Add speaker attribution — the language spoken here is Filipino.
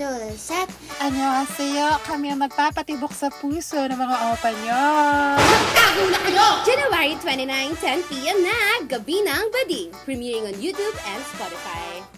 Speaker 1: 둘셋
Speaker 2: Annyeonghaseyo. Kami ang magpapatibok sa puso ng mga opa nyo.
Speaker 3: January 29, 10 p.m. na, Gabi ng Bading, premiering on YouTube and Spotify.